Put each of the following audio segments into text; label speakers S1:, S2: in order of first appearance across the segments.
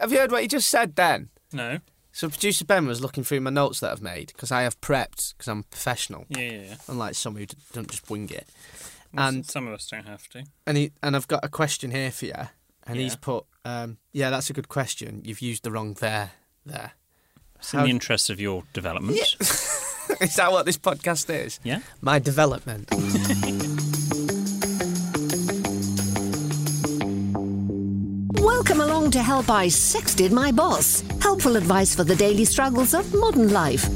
S1: Have you heard what he just said then?
S2: No.
S1: So producer Ben was looking through my notes that I've made because I have prepped because I'm professional,
S2: Yeah, yeah, yeah.
S1: unlike some who d- don't just wing it.
S2: And
S1: And
S2: some of us don't have to.
S1: and he and I've got a question here for you, and he's
S2: Yeah.
S1: put, um, yeah, that's a good question. You've used the wrong there there.
S2: It's in the interest of your development.
S1: is that what this podcast is?
S2: Yeah.
S1: My development.
S3: Welcome along to Help I Sexted My Boss. Helpful advice for the daily struggles of modern life.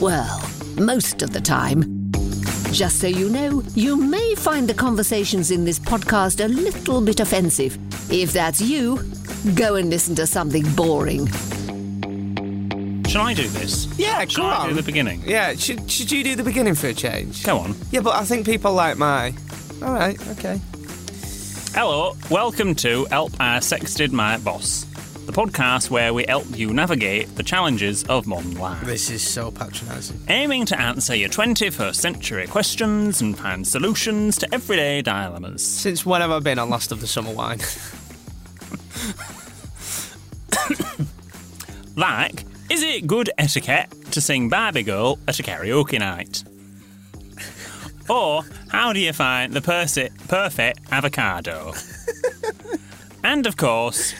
S3: Well, most of the time. Just so you know, you may find the conversations in this podcast a little bit offensive. If that's you, go and listen to something boring.
S2: Shall I do this?
S1: Yeah,
S2: Shall
S1: go
S2: I do
S1: on.
S2: the beginning?
S1: yeah, should should you do the beginning for a change?
S2: Go on.
S1: Yeah, but I think people like my. All right, okay.
S2: Hello, welcome to Help I Sexted My Boss, the podcast where we help you navigate the challenges of modern life.
S1: This is so patronising.
S2: aiming to answer your 21st century questions and find solutions to everyday dilemmas.
S1: Since when have I been on Last of the Summer Wine?
S2: Like, is it good etiquette to sing Barbie Girl at a karaoke night? or, how do you find the persi- perfect avocado? and of course,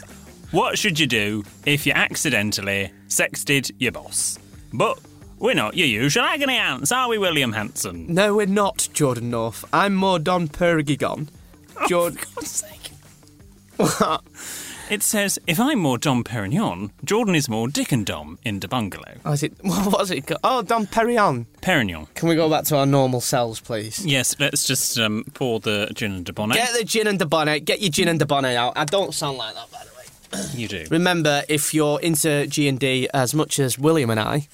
S2: what should you do if you accidentally sexted your boss? But we're not your usual agony ants, are we, William Hanson?
S1: No, we're not, Jordan North. I'm more Don Perignon. Jordan.
S2: For God's sake. It says, if I'm more Dom Perignon, Jordan is more Dick and Dom in De Bungalow.
S1: Oh, is it, what was it called? Oh, Don Perignon.
S2: Perignon.
S1: Can we go back to our normal selves, please?
S2: Yes, let's just um, pour the gin and debonnet.
S1: Get the gin and the bonnet. Get your gin and the bonnet out. I don't sound like that, by the way.
S2: you do.
S1: Remember, if you're into G and D as much as William and I,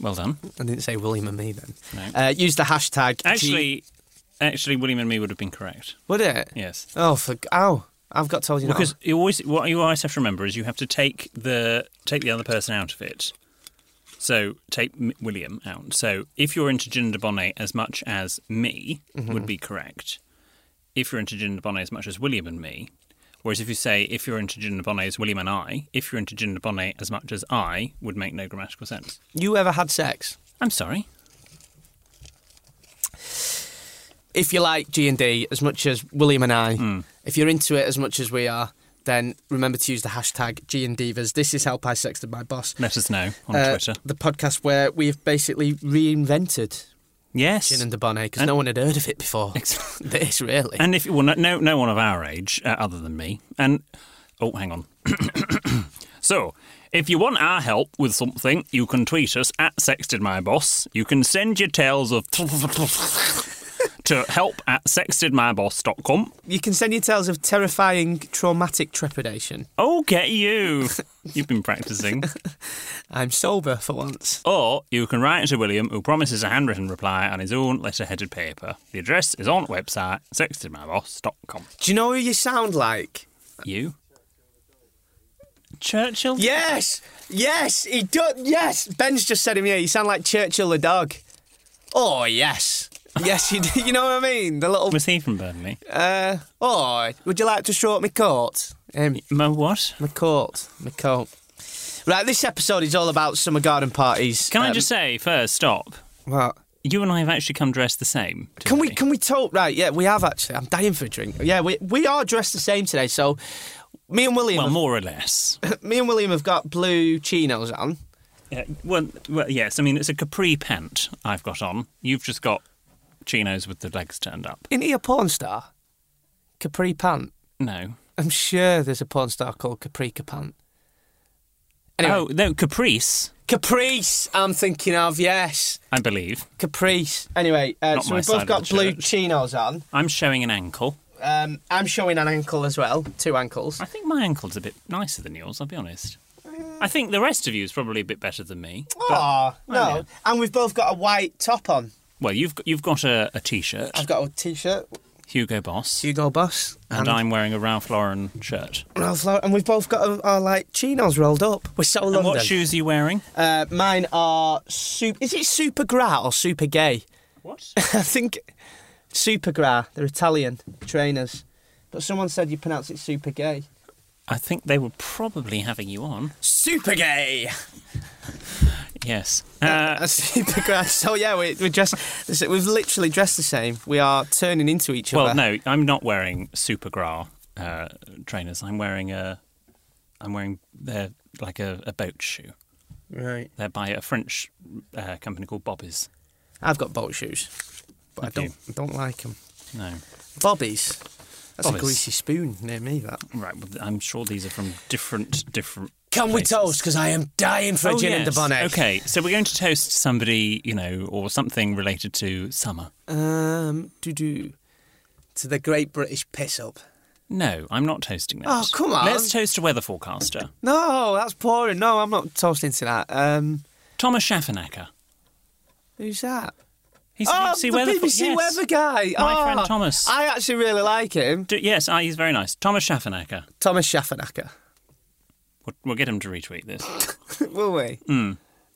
S2: Well done.
S1: I didn't say William and me then. Uh, use the hashtag. G-
S2: Actually, actually, William and me would have been correct.
S1: would it?
S2: Yes,
S1: Oh, for ow! I've got told you
S2: because you always what you always have to remember is you have to take the take the other person out of it. So take M- William out. So if you're into gin and debonnet as much as me
S1: Mm-hmm.
S2: would be correct. If you're into gin and debonnet as much as William and me. Whereas if you say if you're into gin and debonnet as William and I, if you're into gin and debonnet as much as I would make no grammatical sense.
S1: not. You ever had sex?
S2: I'm sorry.
S1: If you like G and D as much as William and I,
S2: Hmm.
S1: if you're into it as much as we are, then remember to use the hashtag G and Divas. This is help I sexted my boss.
S2: Let us know on
S1: Uh,
S2: Twitter.
S1: the podcast where we've basically reinvented
S2: Yes.
S1: Gin and the Bonnet because
S2: And-
S1: no one had heard of it before. this really.
S2: And if well, no- no, no one of our age, uh, other than me. And oh, hang on. so, if you want our help with something, you can tweet us at Sexted My Boss. You can send your tales of to help at sextedmyboss.com.
S1: You can send your tales of terrifying, traumatic trepidation.
S2: Okay, you. You've been practicing.
S1: I'm sober for once.
S2: Or you can write to William, who promises a handwritten reply on his own letter-headed paper. The address is on our website, sextedmyboss.com.
S1: Do you know who you sound like?
S2: You? Churchill?
S1: Yes, yes, he does. Yes, Ben's just said him. Yeah, you sound like Churchill the dog. Oh yes, yes, you do. You know what I mean? The little.
S2: Was he from Burnley?
S1: Uh, oh, would you like to short my coat? Um,
S2: My what?
S1: my coat, my coat. Right, this episode is all about summer garden parties.
S2: Can I
S1: Um,
S2: just say first, stop.
S1: What?
S2: You and I have actually come dressed the same. today.
S1: Can we can we talk? Right, yeah, we have actually. I'm dying for a drink. Yeah, we we are dressed the same today, so Me and William,
S2: Well,
S1: have-
S2: more or less.
S1: me and William have got blue chinos on.
S2: Yeah, well, well, yes. I mean, it's a capri pant I've got on. You've just got chinos with the legs turned up.
S1: Isn't he a porn star? Capri Pant.
S2: No.
S1: I'm sure there's a porn star called Capri Pant. Anyway,
S2: Oh no, caprice.
S1: Caprice. I'm thinking of yes,
S2: I believe
S1: Caprice. Anyway, uh,
S2: Not
S1: so
S2: my
S1: we've
S2: side
S1: both
S2: of
S1: got
S2: the
S1: blue
S2: church.
S1: chinos on.
S2: I'm showing an ankle.
S1: Um, I'm showing an ankle as well, two ankles.
S2: I think my ankle's a bit nicer than yours. I'll be honest. I think the rest of you is probably a bit better than me.
S1: Mm. Oh no!
S2: yeah.
S1: And we've both got a white top on.
S2: Well, you've got, you've got a, a t-shirt,
S1: I've got a t-shirt.
S2: Hugo Boss,
S1: Hugo Boss.
S2: and I'm wearing a Ralph Lauren shirt.
S1: Ralph Lauren, and we've both got our, our like chinos rolled up. We're so London.
S2: And what shoes are you wearing?
S1: Uh, mine are super. Is it super gra or super gay?
S2: What?
S1: I think super gra. They're Italian trainers, but someone said you pronounce it super gay.
S2: I think they were probably having you on.
S1: Super gay.
S2: Yes. Uh,
S1: super gra. So yeah, we, we're dressed. We've literally dressed the same. We are turning into each
S2: well,
S1: other.
S2: no, I'm not wearing Supergra uh, trainers. I'm wearing a, I'm wearing they're like a, a boat shoe.
S1: no. Right.
S2: They're by a French uh, company called Bobby's.
S1: I've got boat shoes, but I
S2: Have
S1: don't
S2: you?
S1: I don't like them.
S2: No.
S1: Bobbies. That's a
S2: Bobbies.
S1: greasy spoon near me. That.
S2: Right. Well, I'm sure these are from different different.
S1: Can we
S2: places.
S1: toast? Because I am dying for a
S2: Oh,
S1: gin and a
S2: yes.
S1: bonnet.
S2: Okay, so we're going to toast somebody, you know, or something related to summer.
S1: Um, to do to the Great British Piss Up.
S2: No, I'm not toasting that.
S1: Oh, come on.
S2: Let's toast a weather forecaster.
S1: No, that's boring. No, I'm not toasting to that. Um,
S2: Thomas Schaffenacker.
S1: who's that?
S2: He's
S1: oh,
S2: BBC
S1: the
S2: weather fo-
S1: BBC
S2: yes.
S1: weather guy.
S2: My
S1: Oh,
S2: friend Thomas.
S1: I actually really like him.
S2: D- yes, ah, he's very nice. Thomas Schaffenacker.
S1: Thomas Schaffernacker.
S2: We'll, we'll get him to retweet this.
S1: Will we?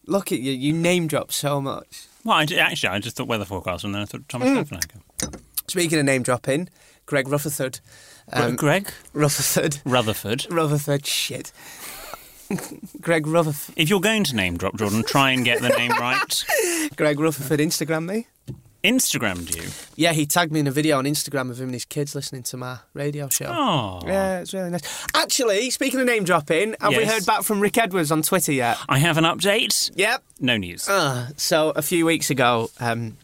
S1: Look at you. You name drop so much.
S2: well, I did, actually, I just thought weather forecast, and then I thought Thomas
S1: Mm.
S2: Schaffenacker.
S1: Speaking of name dropping, Greg Rutherford.
S2: Um, Greg
S1: Rutherford.
S2: Rutherford.
S1: Rutherford. Shit. Greg Rutherford.
S2: If you're going to name drop Jordan, try and get the name right.
S1: Greg Rutherford Instagram me.
S2: Instagrammed you.
S1: Yeah, he tagged me in a video on Instagram of him and his kids listening to my radio show.
S2: Oh.
S1: Yeah, it's really nice. Actually, speaking of name dropping, have we
S2: Yes.
S1: heard back from Rick Edwards on Twitter yet?
S2: I have an update.
S1: Yep.
S2: No news.
S1: Uh, so a few weeks ago, um,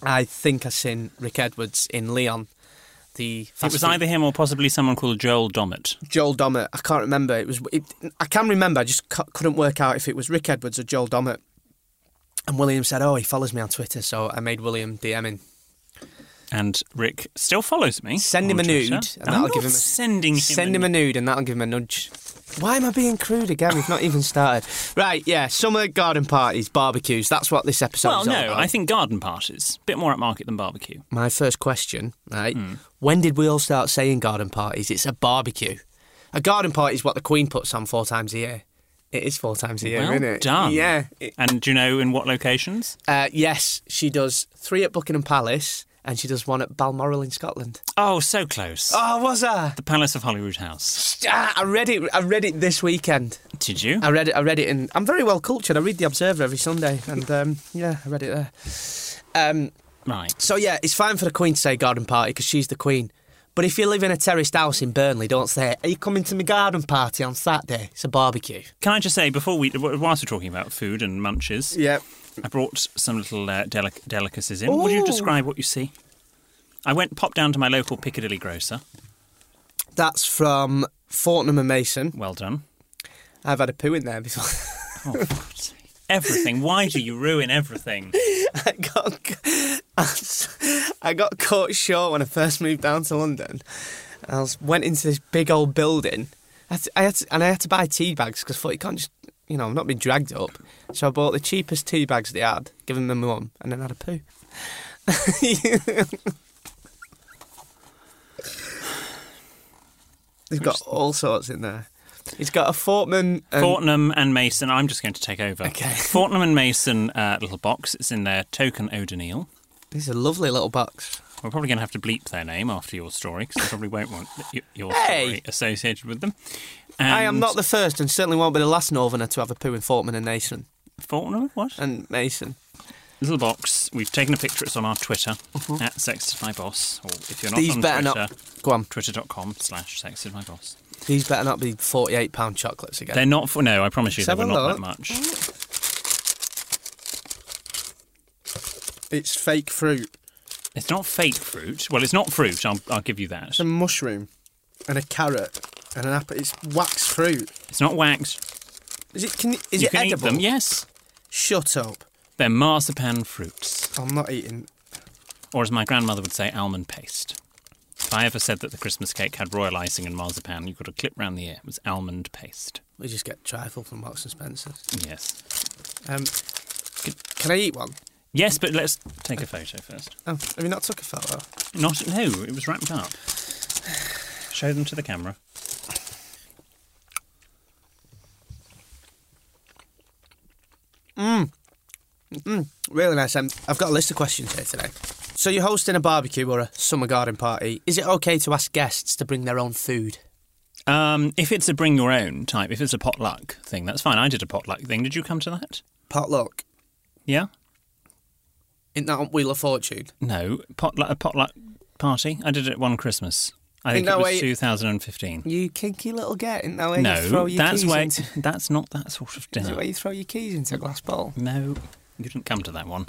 S1: I think I seen Rick Edwards in Leon. The
S2: it was either him or possibly someone called Joel Dommett.
S1: Joel Dommett. I can't remember. It was. It, I can remember. I just cu- couldn't work out if it was Rick Edwards or Joel Dommett. And William said, "Oh, he follows me on Twitter," so I made William DM him.
S2: And Rick still follows me.
S1: Send him
S2: on
S1: a nude,
S2: Twitter.
S1: and
S2: I'm
S1: that'll
S2: not
S1: give him a-
S2: sending him.
S1: Send him a nude, and that'll give him a nudge. Why am I being crude again? We've not even started. Right, yeah, summer garden parties, barbecues. That's what this episode
S2: Well,
S1: is all
S2: no,
S1: about.
S2: I think garden parties. Bit more upmarket than barbecue.
S1: My first question, right? When did we all start saying garden parties? It's a barbecue. A garden party is what the Queen puts on four times a year. It is four times a year,
S2: well
S1: isn't it?
S2: done.
S1: Yeah. It-
S2: And do you know in what locations?
S1: uh, yes, she does three at Buckingham Palace, and she does one at Balmoral in Scotland.
S2: Oh, so close.
S1: Oh, was I?
S2: The Palace of Holyrood House.
S1: Ah, I read it. I read it this weekend.
S2: Did you?
S1: I read it. I read it, and I'm very well cultured. I read the Observer every Sunday, and um, yeah, I read it there. Um,
S2: Right.
S1: so yeah, it's fine for the Queen to say garden party because she's the Queen. But if you live in a terraced house in Burnley, don't say, "Are you coming to my garden party on Saturday?" It's a barbecue.
S2: Can I just say before we, wh- whilst we're talking about food and munches,
S1: Yep.
S2: I brought some little uh, delic- delicacies in. Would you describe what you see? I went popped down to my local Piccadilly grocer.
S1: That's from Fortnum and Mason.
S2: Well done.
S1: I've had a poo in there before.
S2: Oh, for God's sake. everything. Why do you ruin everything?
S1: I got I got caught short when I first moved down to London. I was, went into this big old building. I had to, I had to, and I had to buy tea bags because I thought you can't just, you know, I'm not being dragged up. So I bought the cheapest tea bags they had, given them to my mum, and then had a poo. They've got all sorts in there. He's got a Fortman.
S2: Um,
S1: And,
S2: Fortnum and Mason. I'm just going to take over.
S1: Okay.
S2: Fortnum and Mason uh, little box. It's in their token O'Donnell.
S1: These are lovely little box.
S2: We're probably going to have to bleep their name after your story because I probably won't want y- your
S1: Hey!
S2: story associated with them.
S1: I am
S2: And
S1: not the first, and certainly won't be the Uh, last Northerner to have a poo in Fortman and Mason.
S2: Fortnum. What?
S1: and Mason.
S2: little box. We've taken a picture. It's on our Twitter at Sexted My Boss. Or if you're not
S1: Mm-hmm. These
S2: on
S1: better
S2: Twitter,
S1: not. Go on.
S2: twitter.com slash Sexted My Boss.
S1: These better not be forty-eight pound chocolates again.
S2: They're not for no. I promise you,
S1: Let's have
S2: they were
S1: a
S2: not
S1: look.
S2: that much.
S1: it's fake fruit.
S2: It's not fake fruit. Well, it's not fruit. I'll, I'll give you that.
S1: It's a mushroom, and a carrot, and an apple. It's wax fruit.
S2: It's not waxed.
S1: Is it? Can, is
S2: you
S1: it
S2: can
S1: edible?
S2: eat them. Yes,
S1: Shut up!
S2: they're marzipan fruits,
S1: I'm not eating.
S2: or as my grandmother would say, almond paste. If I ever said that the Christmas cake had royal icing and marzipan, you got a clip round the ear. It was almond paste.
S1: We just get trifle from Marks and Spencers.
S2: Yes.
S1: Um, can, can I eat one?
S2: Yes, but let's take a photo first.
S1: Oh, have you not took a photo?
S2: Not no, it was wrapped up. Show them to the camera.
S1: Really nice. Um, I've got a list of questions here today. So you're hosting a barbecue or a summer garden party. Is it okay to ask guests to bring their own food?
S2: Um, if it's a bring your own type, if it's a potluck thing, that's fine. I did a potluck thing. Did you come to that?
S1: Potluck.
S2: Yeah.
S1: Isn't that on Wheel of Fortune?
S2: No, potluck, a potluck party. I did it one Christmas. I
S1: Ain't
S2: think
S1: no
S2: it
S1: way-
S2: was 2015.
S1: You kinky little get, isn't that where you
S2: No,
S1: throw your
S2: that's
S1: keys
S2: where
S1: into?
S2: that's not that sort
S1: Is
S2: of
S1: it
S2: dinner.
S1: where you throw your keys into a glass bowl?
S2: No, you didn't come to that one.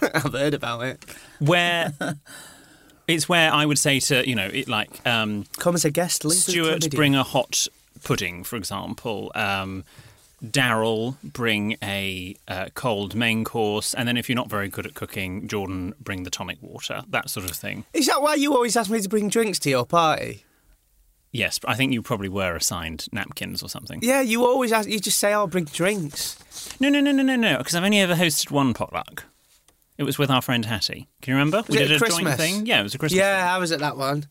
S1: I've heard about it.
S2: where it's where I would say to you know it like um,
S1: Come as a guest, Lizard
S2: Stuart
S1: Comedy.
S2: bring a hot pudding, for example. Um, Daryl bring a uh, cold main course, and then if you're not very good at cooking, Jordan bring the tonic water, that sort of thing.
S1: Is that why you always ask me to bring drinks to your party?
S2: Yes, I think you probably were assigned napkins or something.
S1: Yeah, you always ask. You just say, "I'll bring drinks."
S2: No, no, no, no, no, no. Because I've only ever hosted one potluck. It was with our friend Hattie. Can you remember? we
S1: it
S2: did a
S1: at
S2: joint
S1: Christmas?
S2: thing. Yeah, it was a Christmas.
S1: Yeah, I was at that one.
S2: thing.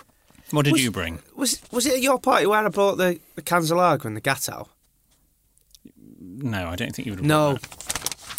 S2: What did
S1: Was-
S2: you bring?
S1: Was was it at your party where I brought the the Canzalaga and the Gatto?
S2: No, I don't think you would. have
S1: No.
S2: brought that.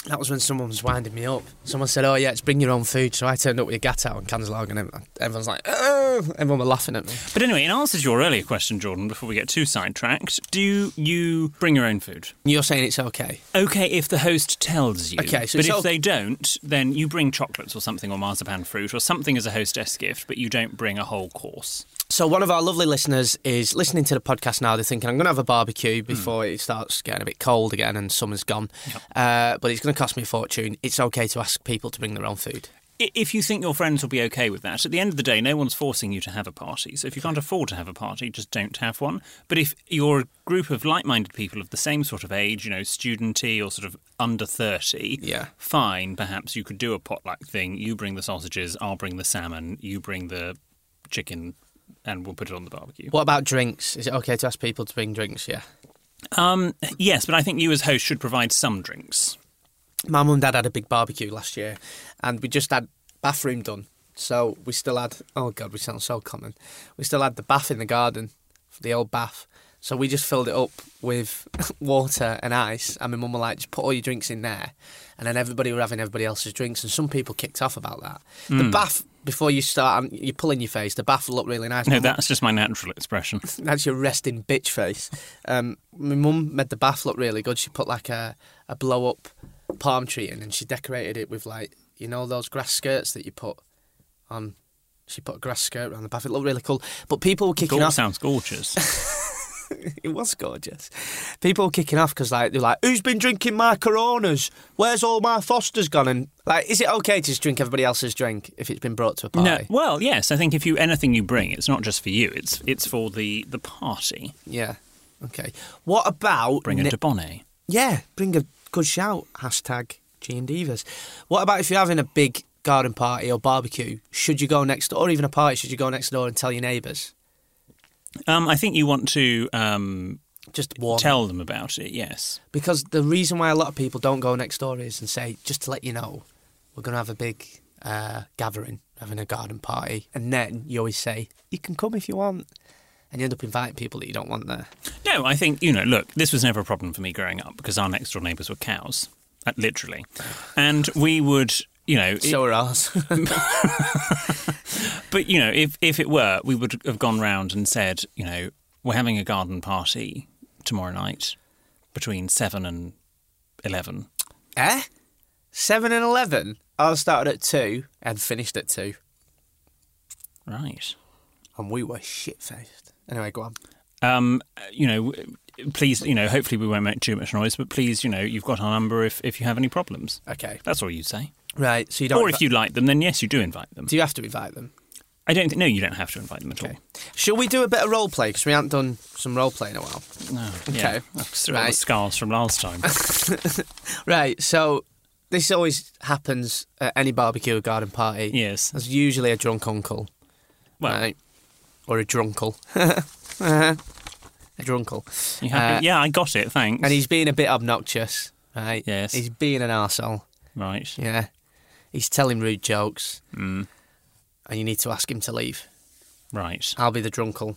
S1: That was when someone was winding me up. Someone said, "Oh yeah, it's bring your own food." So I turned up with a Gatto and Canzalaga, and ev- everyone's like, "Oh!" Everyone were laughing at me.
S2: But anyway, in answer to your earlier question, Jordan, before we get too sidetracked, do you bring your own food?
S1: You're saying it's okay.
S2: Okay, if the host tells you.
S1: Okay, so
S2: but
S1: it's
S2: if
S1: all-
S2: they don't, then you bring chocolates or something, or marzipan fruit, or something as a hostess gift, but you don't bring a whole course.
S1: So one of our lovely listeners is listening to the podcast now. They're thinking, "I'm going to have a barbecue before it starts getting a bit cold again and summer's gone." Uh, but it's going to cost me a fortune. It's okay to ask people to bring their own food.
S2: I- If you think your friends will be okay with that, at the end of the day, no one's forcing you to have a party. So if you can't afford to have a party, just don't have one. But if you're a group of like minded people of the same sort of age, you know, studenty or sort of under 30,
S1: Yeah.
S2: fine, perhaps you could do a potluck thing. You bring the sausages, I'll bring the salmon, you bring the chicken, and we'll put it on the barbecue.
S1: What about drinks? Is it okay to ask people to bring drinks? Yeah.
S2: Um, yes, but I think you as host should provide some drinks.
S1: My mum and dad had a big barbecue last year, and we just had bathroom done. So we still had. Oh god, we sound so common. We still had the bath in the garden, the old bath. So we just filled it up with water and ice, and my mum were like, "Just put all your drinks in there," and then everybody were having everybody else's drinks, and some people kicked off about that. The bath before you start, and you're pulling your face. The bath looked really nice.
S2: No,
S1: My mum-
S2: that's just my natural expression.
S1: that's your resting bitch face. Um, my mum made the bath look really good. She put like a, a blow up palm tree in and she decorated it with like, you know, those grass skirts that you put on. She put a grass skirt around the bath. It looked really cool. But people were kicking
S2: Gorgeous
S1: off.
S2: sounds gorgeous.
S1: It was gorgeous. People were kicking off because like, they were like, who's been drinking my coronas? Where's all my Foster's gone? And like, is it okay to just drink everybody else's drink if it's been brought to a party?
S2: no, well, yes, I think if you anything you bring, it's not just for you. It's it's for the the party.
S1: Yeah. Okay. What about.
S2: Bring a
S1: ni-
S2: debonnaire.
S1: Yeah, bring a good shout. Hashtag G and Divas. What about if you're having a big garden party or barbecue? Should you go next door, or even a party? Should you go next door and tell your neighbours?
S2: Um, I think you want to um,
S1: Just warn.
S2: tell them about it. Yes,
S1: Because the reason why a lot of people don't go next door is and say, just to let you know, we're going to have a big uh, gathering, having a garden party. And then you always say, you can come if you want. And you end up inviting people that you don't want there.
S2: No, I think, you know, look, this was never a problem for me growing up because our next door neighbours were cows, uh, literally. And we would, you know, it-
S1: So are ours.
S2: but, you know, if, if it were, we would have gone round and said, you know, we're having a garden party tomorrow night between 7 and 11.
S1: eh? Seven and eleven. I started at two and finished at two,
S2: Right.
S1: and we were shit faced. Anyway, go on.
S2: um, you know, please, you know, hopefully we won't make too much noise, but please, you know, you've got our number if, if you have any problems.
S1: Okay.
S2: That's all you'd say.
S1: Right. So you don't.
S2: Or
S1: invi-
S2: if you like them, then yes, you do invite them.
S1: do you have to invite them?
S2: I don't think, no, you don't have to invite them at all.
S1: Shall we do a bit of role play? Because we haven't done some role play in a while.
S2: No.
S1: Okay.
S2: Oh, Yeah. Still got the
S1: Right.
S2: scars from last time.
S1: Right, so this always happens at any barbecue or garden party.
S2: Yes.
S1: There's usually a drunk uncle.
S2: Well,
S1: Right. Or a drunkle. a drunkle.
S2: you happy?
S1: uh,
S2: yeah, I got it, thanks.
S1: And he's being a bit obnoxious. Right.
S2: Yes.
S1: He's being an arsehole.
S2: right.
S1: Yeah. He's telling rude jokes. Mm. And you need to ask him to leave.
S2: Right.
S1: I'll be the drunkle.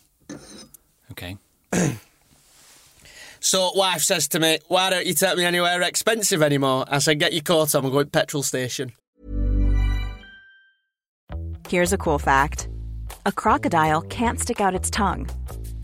S2: Okay.
S1: So wife says to me, Why don't you take me anywhere expensive anymore? I said, Get your coat on, we're going petrol station.
S4: Here's a cool fact a crocodile can't stick out its tongue.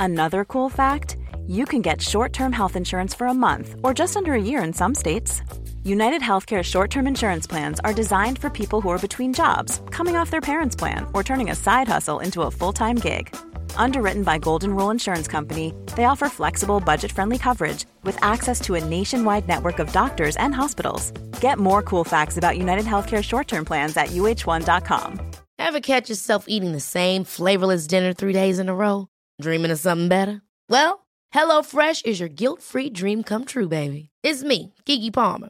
S4: Another cool fact you can get short term health insurance for a month or just under a year in some states. United Healthcare short term insurance plans are designed for people who are between jobs, coming off their parents' plan, or turning a side hustle into a full time gig. Underwritten by Golden Rule Insurance Company, they offer flexible, budget friendly coverage with access to a nationwide network of doctors and hospitals. Get more cool facts about United Healthcare short term plans at uh1.com.
S5: Ever catch yourself eating the same flavorless dinner three days in a row? Dreaming of something better? Well, HelloFresh is your guilt free dream come true, baby. It's me, Gigi Palmer.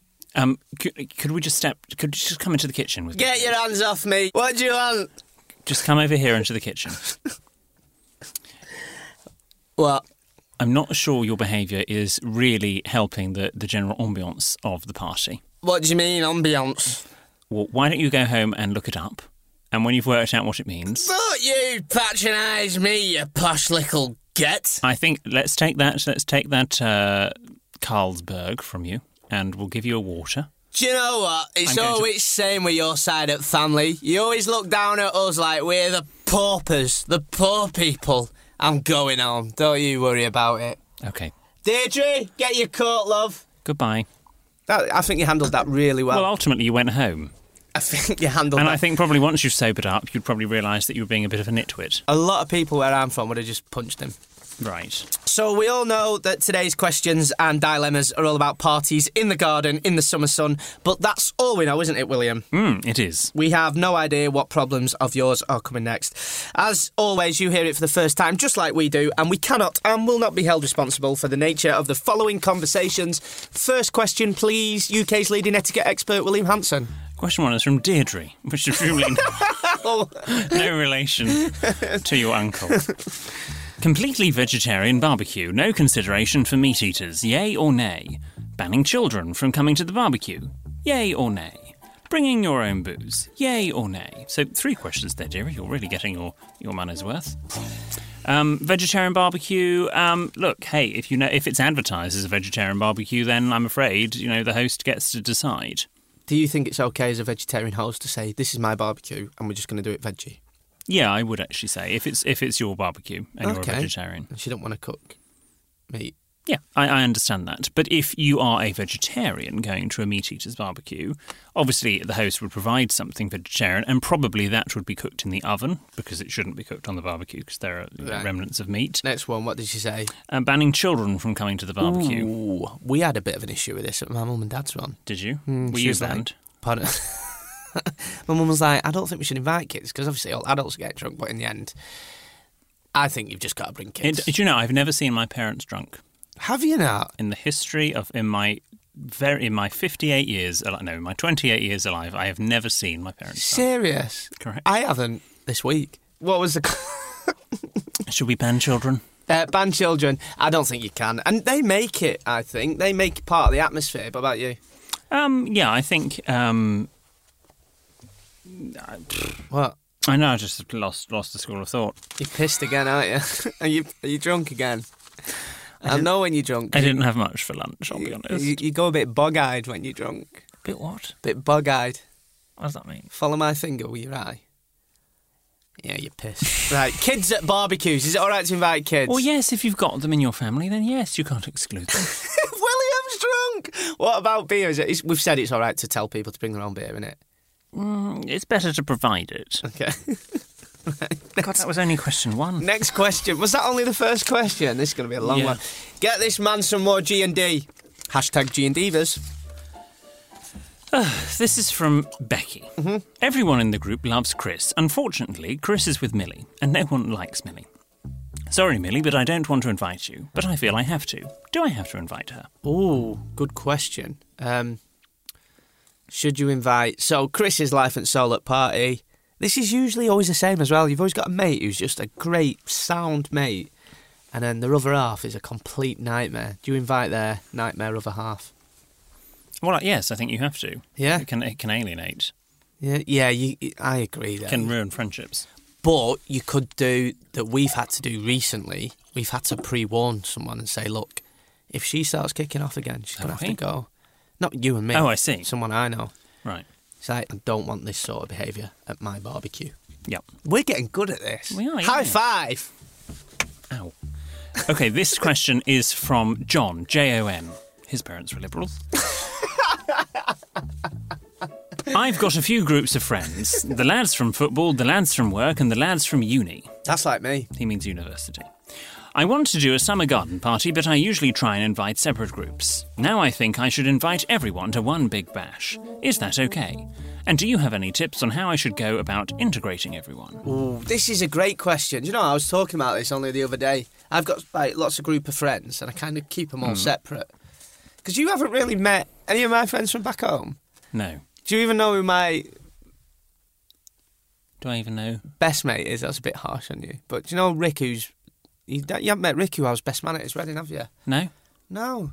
S2: um, could, could we just step, could you just come into the kitchen with me?
S1: Get your hands off me. What do you want?
S2: Just come over here into the kitchen.
S1: What?
S2: I'm not sure your behaviour is really helping the, the general ambiance of the party.
S1: What do you mean, ambience?
S2: Well, why don't you go home and look it up? And when you've worked out what it means,
S1: But you patronise me, you posh little get.
S2: I think let's take that let's take that uh, Carlsberg from you, and we'll give you a water.
S1: Do you know what? It's
S2: I'm going to-
S1: always same with your side of family. You always look down at us like we're the paupers, the poor people. I'm going on. Don't you worry about it.
S2: Okay,
S1: Deirdre, get your coat, love.
S2: goodbye.
S1: That, I think you handled that really well.
S2: Well, ultimately you went home,
S1: I think you handled
S2: and
S1: that.
S2: I think probably once you've sobered up, you'd probably realise that you were being a bit of a nitwit.
S1: a lot of people where I'm from would have just punched him.
S2: Right.
S1: So we all know that today's questions and dilemmas are all about parties in the garden, in the summer sun, but that's all we know, isn't it, William?
S2: Mm, it is.
S1: We have no idea what problems of yours are coming next. As always, you hear it for the first time, just like we do, and we cannot and will not be held responsible for the nature of the following conversations. First question, please, UK's leading etiquette expert, William Hanson.
S2: Question one is from Deirdre, which is really
S1: Oh,
S2: no relation to your uncle. Completely vegetarian barbecue, no consideration for meat eaters, yay or nay. Banning children from coming to the barbecue, yay or nay. Bringing your own booze, yay or nay. So, three questions there, dearie. You're really getting your, your money's worth. Um, vegetarian barbecue. Um, look, hey, if you know if it's advertised as a vegetarian barbecue, then I'm afraid you know the host gets to decide.
S1: do you think it's okay as a vegetarian host to say, this is my barbecue and we're just going to do it veggie?
S2: Yeah, I would actually say if it's if it's your barbecue and you're a vegetarian.
S1: And she don't want to cook meat.
S2: Yeah, I, I understand that. But if you are a vegetarian going to a meat eater's barbecue, obviously the host would provide something vegetarian, and probably that would be cooked in the oven because it shouldn't be cooked on the barbecue because there are you know,
S1: Right.
S2: remnants of meat.
S1: Next one, what did she say?
S2: And banning children from coming to the barbecue.
S1: Ooh, we had a bit of an issue with this at my mum and dad's one.
S2: Did you?
S1: Mm,
S2: Were
S1: she
S2: you
S1: was like,
S2: banned?
S1: Pardon. My mum was like, I don't think we should invite kids because obviously all adults get drunk, but in the end, I think you've just got to bring
S2: It,
S1: kids.
S2: do you know I've never seen my parents drunk
S1: Have you not?
S2: in the history of in my very in my fifty eight years al- no in my twenty eight years alive I have never seen my parents. drunk.
S1: Serious?
S2: Correct.
S1: I haven't this week. What was the
S2: Should we ban children?
S1: uh, ban children? I don't think you can, and they make it. I think they make it part of the atmosphere. But about you,
S2: Um, yeah, I think um,
S1: what?
S2: I know. I just lost lost the school of thought.
S1: You're pissed again, aren't you? are you are you drunk again? I, know when you're drunk.
S2: I didn't have much for lunch. I'll be
S1: You,
S2: honest.
S1: you- you go a bit bog-eyed when you're drunk.
S2: bit what?
S1: Bit bog-eyed.
S2: What does that mean?
S1: Follow my finger with your eye. Yeah, you're pissed. right, kids at barbecues. Is it all right to invite kids?
S2: Well, yes, if you've got them in your family, then yes, you can't exclude them.
S1: William's drunk. What about beer? Is it? It's, we've said it's all right to tell people to bring their own beer, isn't it?
S2: Mm, it's better to provide it.
S1: Okay.
S2: God, that was only question one.
S1: Next question. Was that only the first question? This is going to be a long
S2: Yeah.
S1: one. Get this man some more G and D. Hashtag G and Divas.
S2: This is from Becky. Everyone in the group loves Chris. Unfortunately, Chris is with Millie, and no one likes Millie. Sorry, Millie, but I don't want to invite you, but I feel I have to. Do I have to invite her?
S1: Oh, good question. Um, should you invite? So Chris's life and soul at party. This is usually always the same as well. You've always got a mate who's just a great sound mate, and then their other half is a complete nightmare. Do you invite their nightmare other half?
S2: Well, uh, yes, I think you have to.
S1: Yeah.
S2: It can, it can alienate,
S1: Yeah, yeah. You, I agree. There.
S2: can ruin friendships.
S1: But you could do that. We've had to do recently. We've had to pre-warn someone and say, "Look, if she starts kicking off again, she's gonna
S2: Have
S1: have to
S2: we?
S1: go." Not you and me.
S2: Oh, I see.
S1: Someone I know.
S2: Right.
S1: It's like, I don't want this sort of behaviour at my barbecue.
S2: Yep.
S1: We're getting good at this.
S2: We are,
S1: High
S2: yeah.
S1: five.
S2: Ow. Okay, this question is from John, J O N. His parents were liberals. I've got a few groups of friends the lads from football, the lads from work, and the lads from uni.
S1: That's like me.
S2: He means university. I want to do a summer garden party, but I usually try and invite separate groups. Now I think I should invite everyone to one big bash. Is that okay? And do you have any tips on how I should go about integrating everyone?
S1: Ooh, this is a great question. Do you know, I was talking about this only the other day. I've got like lots of group of friends, and I kind of keep them all separate. Because you haven't really met any of my friends from back home.
S2: No.
S1: Do you even know who my
S2: Do I even know?
S1: best mate is? That's a bit harsh on you. But do you know Rick, who's you, don't- you haven't met Rick, who I was best man at his wedding, have you?
S2: No?
S1: No.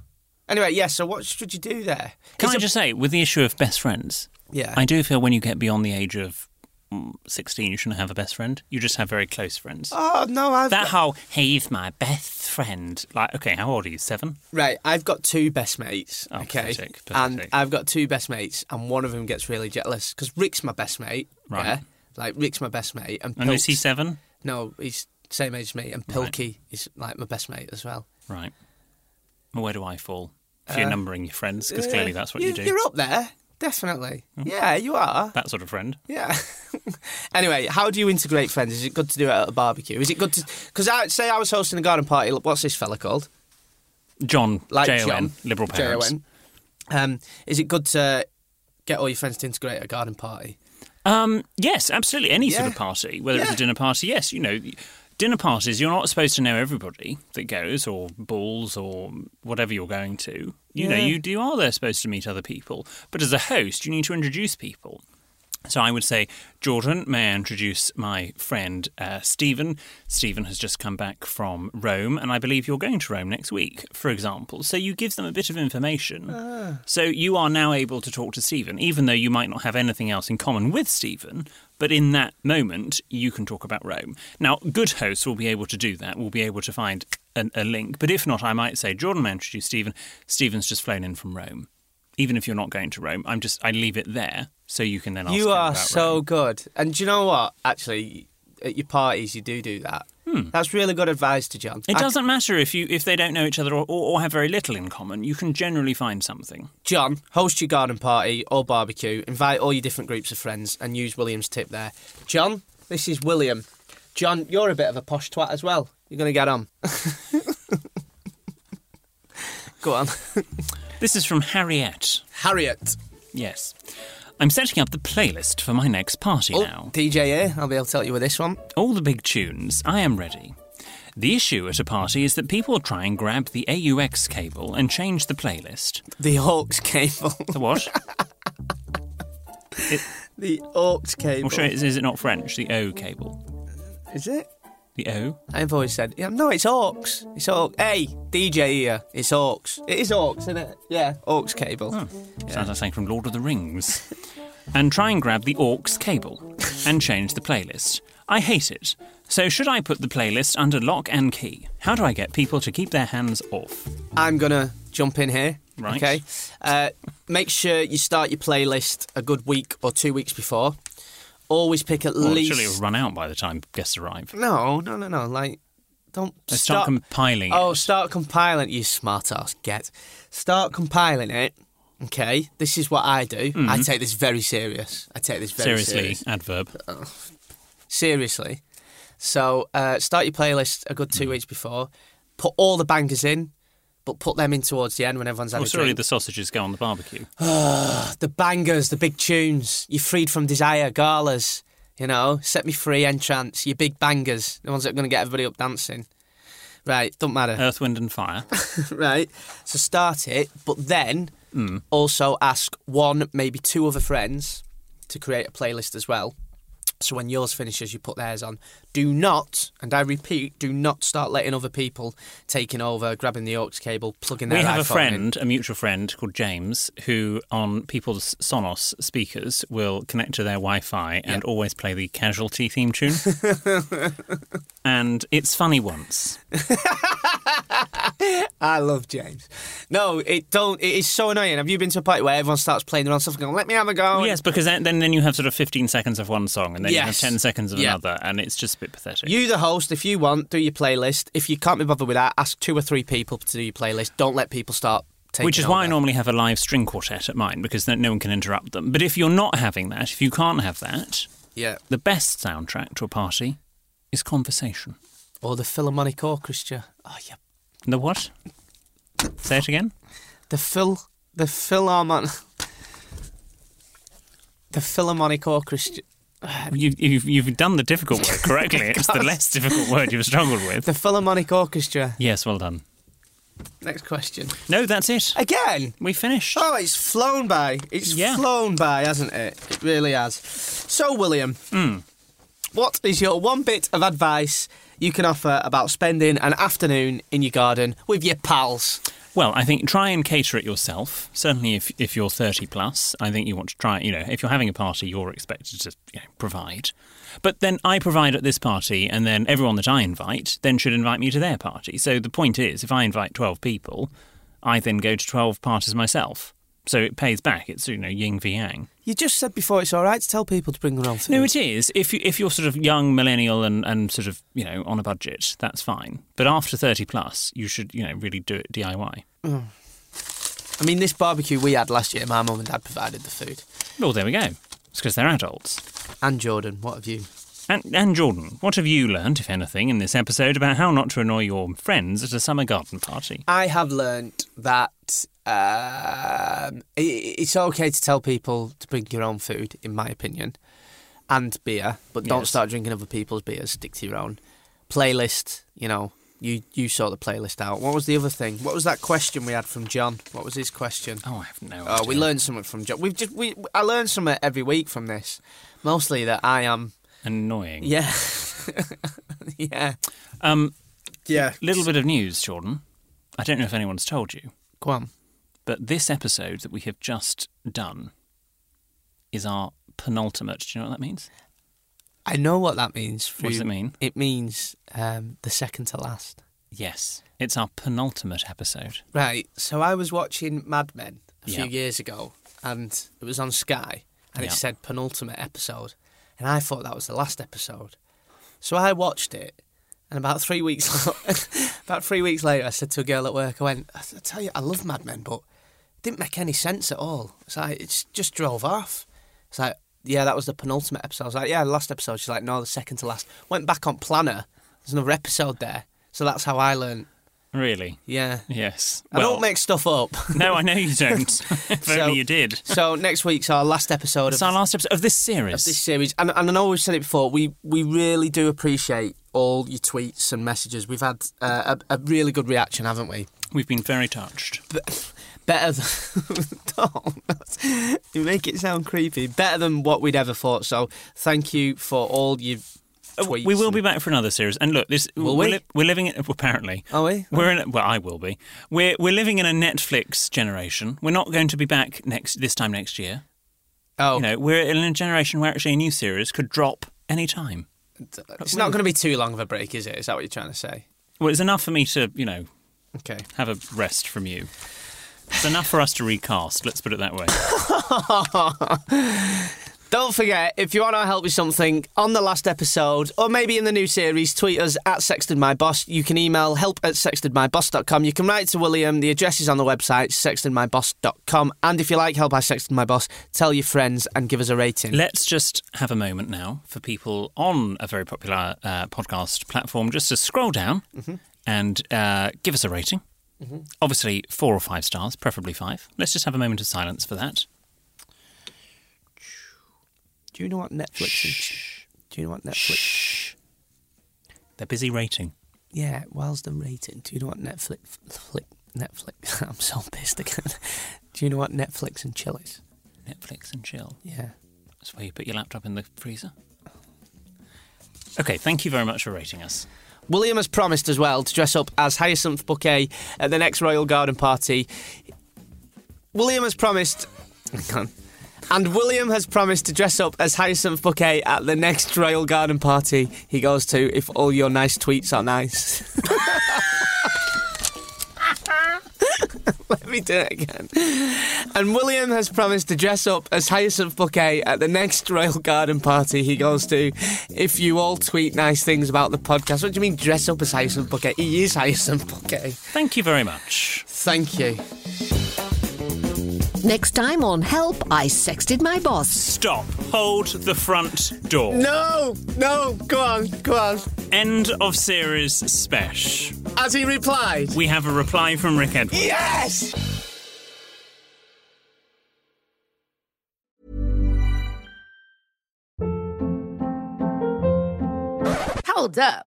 S1: Anyway, yeah. So what should you do there?
S2: Can
S1: It's
S2: I
S1: a-
S2: just say, with the issue of best friends,
S1: Yeah.
S2: I do feel when you get beyond the age of mm, 16, you shouldn't have a best friend. You just have very close friends.
S1: Oh no, I've
S2: that whole, he's my best friend. Like, okay, how old are you? Seven?
S1: Right, I've got two best mates.
S2: Oh,
S1: okay,
S2: pathetic,
S1: and
S2: pathetic.
S1: I've got two best mates, and one of them gets really jealous because Rick's my best mate.
S2: Right.
S1: Yeah? Like Rick's my best mate, and,
S2: And is he
S1: Pilk's-
S2: seven?
S1: No, he's same age as me, and
S2: Right.
S1: Pilkey is like my best mate as well.
S2: Right. Well, where do I fall? If you're numbering your friends, because clearly that's what you, do.
S1: Uh,
S2: Oh.
S1: You're up there, definitely. Yeah, you are.
S2: That sort of friend.
S1: Yeah. anyway, how do you integrate friends? Is it good to do it at a barbecue? Is it good to? Because I say I was hosting a garden party. Look, what's this fella called?
S2: John,
S1: like
S2: J-O-N,
S1: John,
S2: liberal parents.
S1: J-O-N. Um, is it good to get all your friends to integrate at a garden party?
S2: Um, yes, absolutely. Any sort
S1: Yeah.
S2: of party, whether it's a
S1: Yeah.
S2: dinner party, yes, you know, dinner parties, you're not supposed to know everybody that goes or balls or whatever you're going to. You know, you, you are there supposed to meet other people. But as a host, you need to introduce people. So I would say, Jordan, may I introduce my friend uh, Stephen? Stephen has just come back from Rome, and I believe you're going to Rome next week, for example. So you give them a bit of information. So you are now able to talk to Stephen, even though you might not have anything else in common with Stephen. But in that moment, you can talk about Rome. Now, good hosts will be able to do that. We'll be able to find an, a link. But if not, I might say, Jordan, may I introduce Stephen? Stephen's just flown in from Rome. Even if you're not going to Rome, I'm just I leave it there so you can then ask
S1: you
S2: him
S1: are
S2: about
S1: so
S2: Rome.
S1: good. And do you know what? Actually, at your parties, you do do that. That's really good advice to John.
S2: Hmm. It
S1: I-
S2: doesn't matter if you if they don't know each other or, or, or have very little in common. You can generally find something.
S1: John, host your garden party or barbecue. Invite all your different groups of friends and use William's tip there. John, this is William. John, you're a bit of a posh twat as well. You're going to get on. Go on.
S2: This is from Harriet.
S1: Harriet.
S2: Yes, I'm setting up the playlist for my next party
S1: Oh,
S2: now.
S1: DJ here. I'll be able to help you with this one.
S2: All the big tunes. I am ready. The issue at a party is that people try and grab the AUX cable and change the playlist.
S1: The Hawks cable.
S2: The what?
S1: the Hawks cable.
S2: well, sure, is, is it not French? The O cable.
S1: Is it?
S2: The O.
S1: I've always said, yeah, no, it's Hawks. It's Hawks. Hey, DJ here. It's Hawks. It is Hawks, isn't it? Yeah, Hawks cable.
S2: Hmm. Sounds like something from Lord of the Rings. and try and grab the AUX cable and change the playlist. I hate it. So, should I put the playlist under lock and key? How do I get people to keep their hands off?
S1: I'm gonna jump in here.
S2: Right.
S1: Okay. Uh, make sure you start your playlist a good week or two weeks before. Always pick at
S2: Or
S1: least.
S2: surely it'll run out by the time guests arrive.
S1: No, no, no, no. Like, don't
S2: Let's
S1: stop.
S2: start compiling
S1: Oh,
S2: it.
S1: start compiling. You smart ass get. Start compiling it. Okay, this is what I do. I take this very serious. I take this very
S2: Mm-hmm. Seriously,
S1: serious.
S2: adverb.
S1: Seriously. So uh, start your playlist a good
S2: Mm.
S1: two weeks before. Put all the bangers in, but put them in towards the end when everyone's had
S2: Well,
S1: a
S2: surely
S1: drink.
S2: the sausages go on the barbecue.
S1: the bangers, the big tunes. You're freed from desire, galas. You know, set me free, entrance. Your big bangers, the ones that are going to get everybody up dancing. Right, don't matter.
S2: Earth, wind, and fire.
S1: right, so start it, but then
S2: Hmm.
S1: also ask one, maybe two other friends to create a playlist as well. So when yours finishes, you put theirs on. Do not, and I repeat, do not start letting other people taking over, grabbing the aux cable, plugging their
S2: we have
S1: iPhone
S2: a
S1: in.
S2: friend, a mutual friend called James, who on people's Sonos speakers will connect to their Wi-Fi and always play the Casualty theme tune. and it's funny once.
S1: I love James. No, it don't. It is so annoying. Have you been to a party where everyone starts playing their own stuff Oh, and going, "Let me have a go"?
S2: yes, because then, then then you have sort of 15 seconds of one song and then
S1: Yes.
S2: you have 10 seconds of
S1: Yeah.
S2: another, and it's just a bit pathetic.
S1: You, the host, if you want, do your playlist. If you can't be bothered with that, ask two or three people to do your playlist. Don't let people start taking.
S2: Which is why I
S1: over.
S2: normally have a live string quartet at mine because then no one can interrupt them. But if you're not having that, if you can't have that,
S1: Yeah.
S2: the best soundtrack to a party is conversation.
S1: Or the Philharmonic Orchestra. Oh yeah.
S2: The what? Say it again.
S1: The Phil. The Philharmonic. The Philharmonic Orchestra.
S2: You, you've, you've done the difficult word correctly. it's the less difficult word you've struggled with.
S1: The Philharmonic Orchestra.
S2: Yes, well done.
S1: Next question.
S2: No, that's it.
S1: Again.
S2: We finished.
S1: Oh, it's flown by. It's
S2: Yeah.
S1: flown by, hasn't it? It really has. So, William, what is your one bit of advice you can offer about spending an afternoon in your garden with your pals?
S2: Well, I think try and cater it yourself. Certainly, if, if you're 30 plus, I think you want to try, you know, if you're having a party, you're expected to you know, provide. But then I provide at this party, and then everyone that I invite then should invite me to their party. So the point is, if I invite 12 people, I then go to 12 parties myself. So it pays back. It's, you know, yin for yang.
S1: You just said before it's all right to tell people to bring their own food.
S2: No, it is. If you, if you're sort of young millennial and, and sort of you know on a budget, that's fine. But after thirty plus, you should you know really do it DIY.
S1: I mean, this barbecue we had last year, my mum and dad provided the food.
S2: Well, Oh, there we go. It's because they're adults.
S1: And Jordan, what have you?
S2: And and Jordan, what have you learned, if anything, in this episode about how not to annoy your friends at a summer garden party?
S1: I have learned that um, i- it's okay to tell people to bring your own food, in my opinion, and beer, but don't
S2: Yes.
S1: start drinking other people's beers. Stick to your own playlist. You know, you you sort the playlist out. What was the other thing? What was that question we had from John? What was his question?
S2: Oh, I have no idea.
S1: Oh, we learned something from John. We've just we I learned something every week from this. Mostly that I am
S2: annoying.
S1: yeah yeah
S2: Um,
S1: yeah
S2: little bit of news, Jordan. I don't know if anyone's told you,
S1: Go on.
S2: but this episode that we have just done is our penultimate. Do you know what that means?
S1: I know what that means.
S2: What does
S1: through-
S2: it mean?
S1: It means um, the second to last.
S2: Yes, it's our penultimate episode.
S1: Right. So I was watching Mad Men a
S2: Yeah.
S1: few years ago, and it was on Sky, and it
S2: Yeah.
S1: said penultimate episode, and I thought that was the last episode. So I watched it, and about three weeks, about three weeks later, I said to a girl at work, I went, "I th- I tell you, I love Mad Men, but it didn't make any sense at all. It's like it just drove off. It's like." Yeah, that was the penultimate episode. I was like, yeah, the last episode. She's like, no, the second to last. Went back on Planner. There's another episode there. So that's how I learned.
S2: Really?
S1: Yeah.
S2: Yes.
S1: I don't make stuff up.
S2: no, I know you don't. if
S1: So-
S2: only you did.
S1: so next week's our last episode
S2: It's
S1: of,
S2: our last episode of this series.
S1: of this series, and, and I know we've said it before. We we really do appreciate all your tweets and messages. We've had uh, a, a really good reaction, haven't we?
S2: We've been very touched.
S1: Better than don't you make it sound creepy. Better than what we'd ever thought. So thank you for all your tweets.
S2: Uh, we will
S1: and-
S2: be back for another series. And look, this
S1: Will
S2: we're,
S1: we?
S2: li- we're living in, apparently.
S1: Are we?
S2: We're in. a- Well, I will be. We're we're living in a Netflix generation. We're not going to be back next this time next year.
S1: Oh,
S2: You know, we're in a generation where actually a new series could drop any time.
S1: it's not going to be too long of a break, is it? Is that what you're trying to say?
S2: Well, it's enough for me to, you know,
S1: Okay.
S2: have a rest from you. It's enough for us to recast, let's put it that way.
S1: Don't forget, if you want our help with something on the last episode or maybe in the new series, tweet us at SextonMyBoss. You can email help at sextonmyboss.com. You can write to William. The address is on the website, sextonmyboss.com. And if you like Help by Sexton My Boss, tell your friends and give us a rating.
S2: Let's just have a moment now for people on a very popular uh, podcast platform just to scroll down and uh, give us a rating. Mm-hmm. Obviously, four or five stars, preferably five. Let's just have a moment of silence for that.
S1: Do you know what Netflix is? Do you know what Netflix?
S2: They're busy rating.
S1: Yeah, Wells done rating. Do you know what Netflix? Flick, Netflix. I'm so pissed again. Do you know what Netflix and chill is?
S2: Netflix and chill.
S1: Yeah.
S2: That's where you put your laptop in the freezer. Okay, thank you very much for rating us.
S1: William has promised as well to dress up as Hyacinth Bouquet at the next Royal Garden Party. William has promised. Hang on. And William has promised to dress up as Hyacinth Bouquet at the next Royal Garden Party he goes to if all your nice tweets are nice. Let me do it again. And William has promised to dress up as Hyacinth Bouquet at the next Royal Garden party he goes to if you all tweet nice things about the podcast. What do you mean, dress up as Hyacinth Bouquet? He is Hyacinth Bouquet.
S2: Thank you very much.
S1: Thank you.
S3: Next time on Help, I Sexted My Boss.
S2: Stop. Hold the front door.
S1: No, no, go on, go on.
S2: End of series special.
S1: As he replied,
S2: We have a reply from Rick Edwards.
S1: Yes!
S5: Hold up.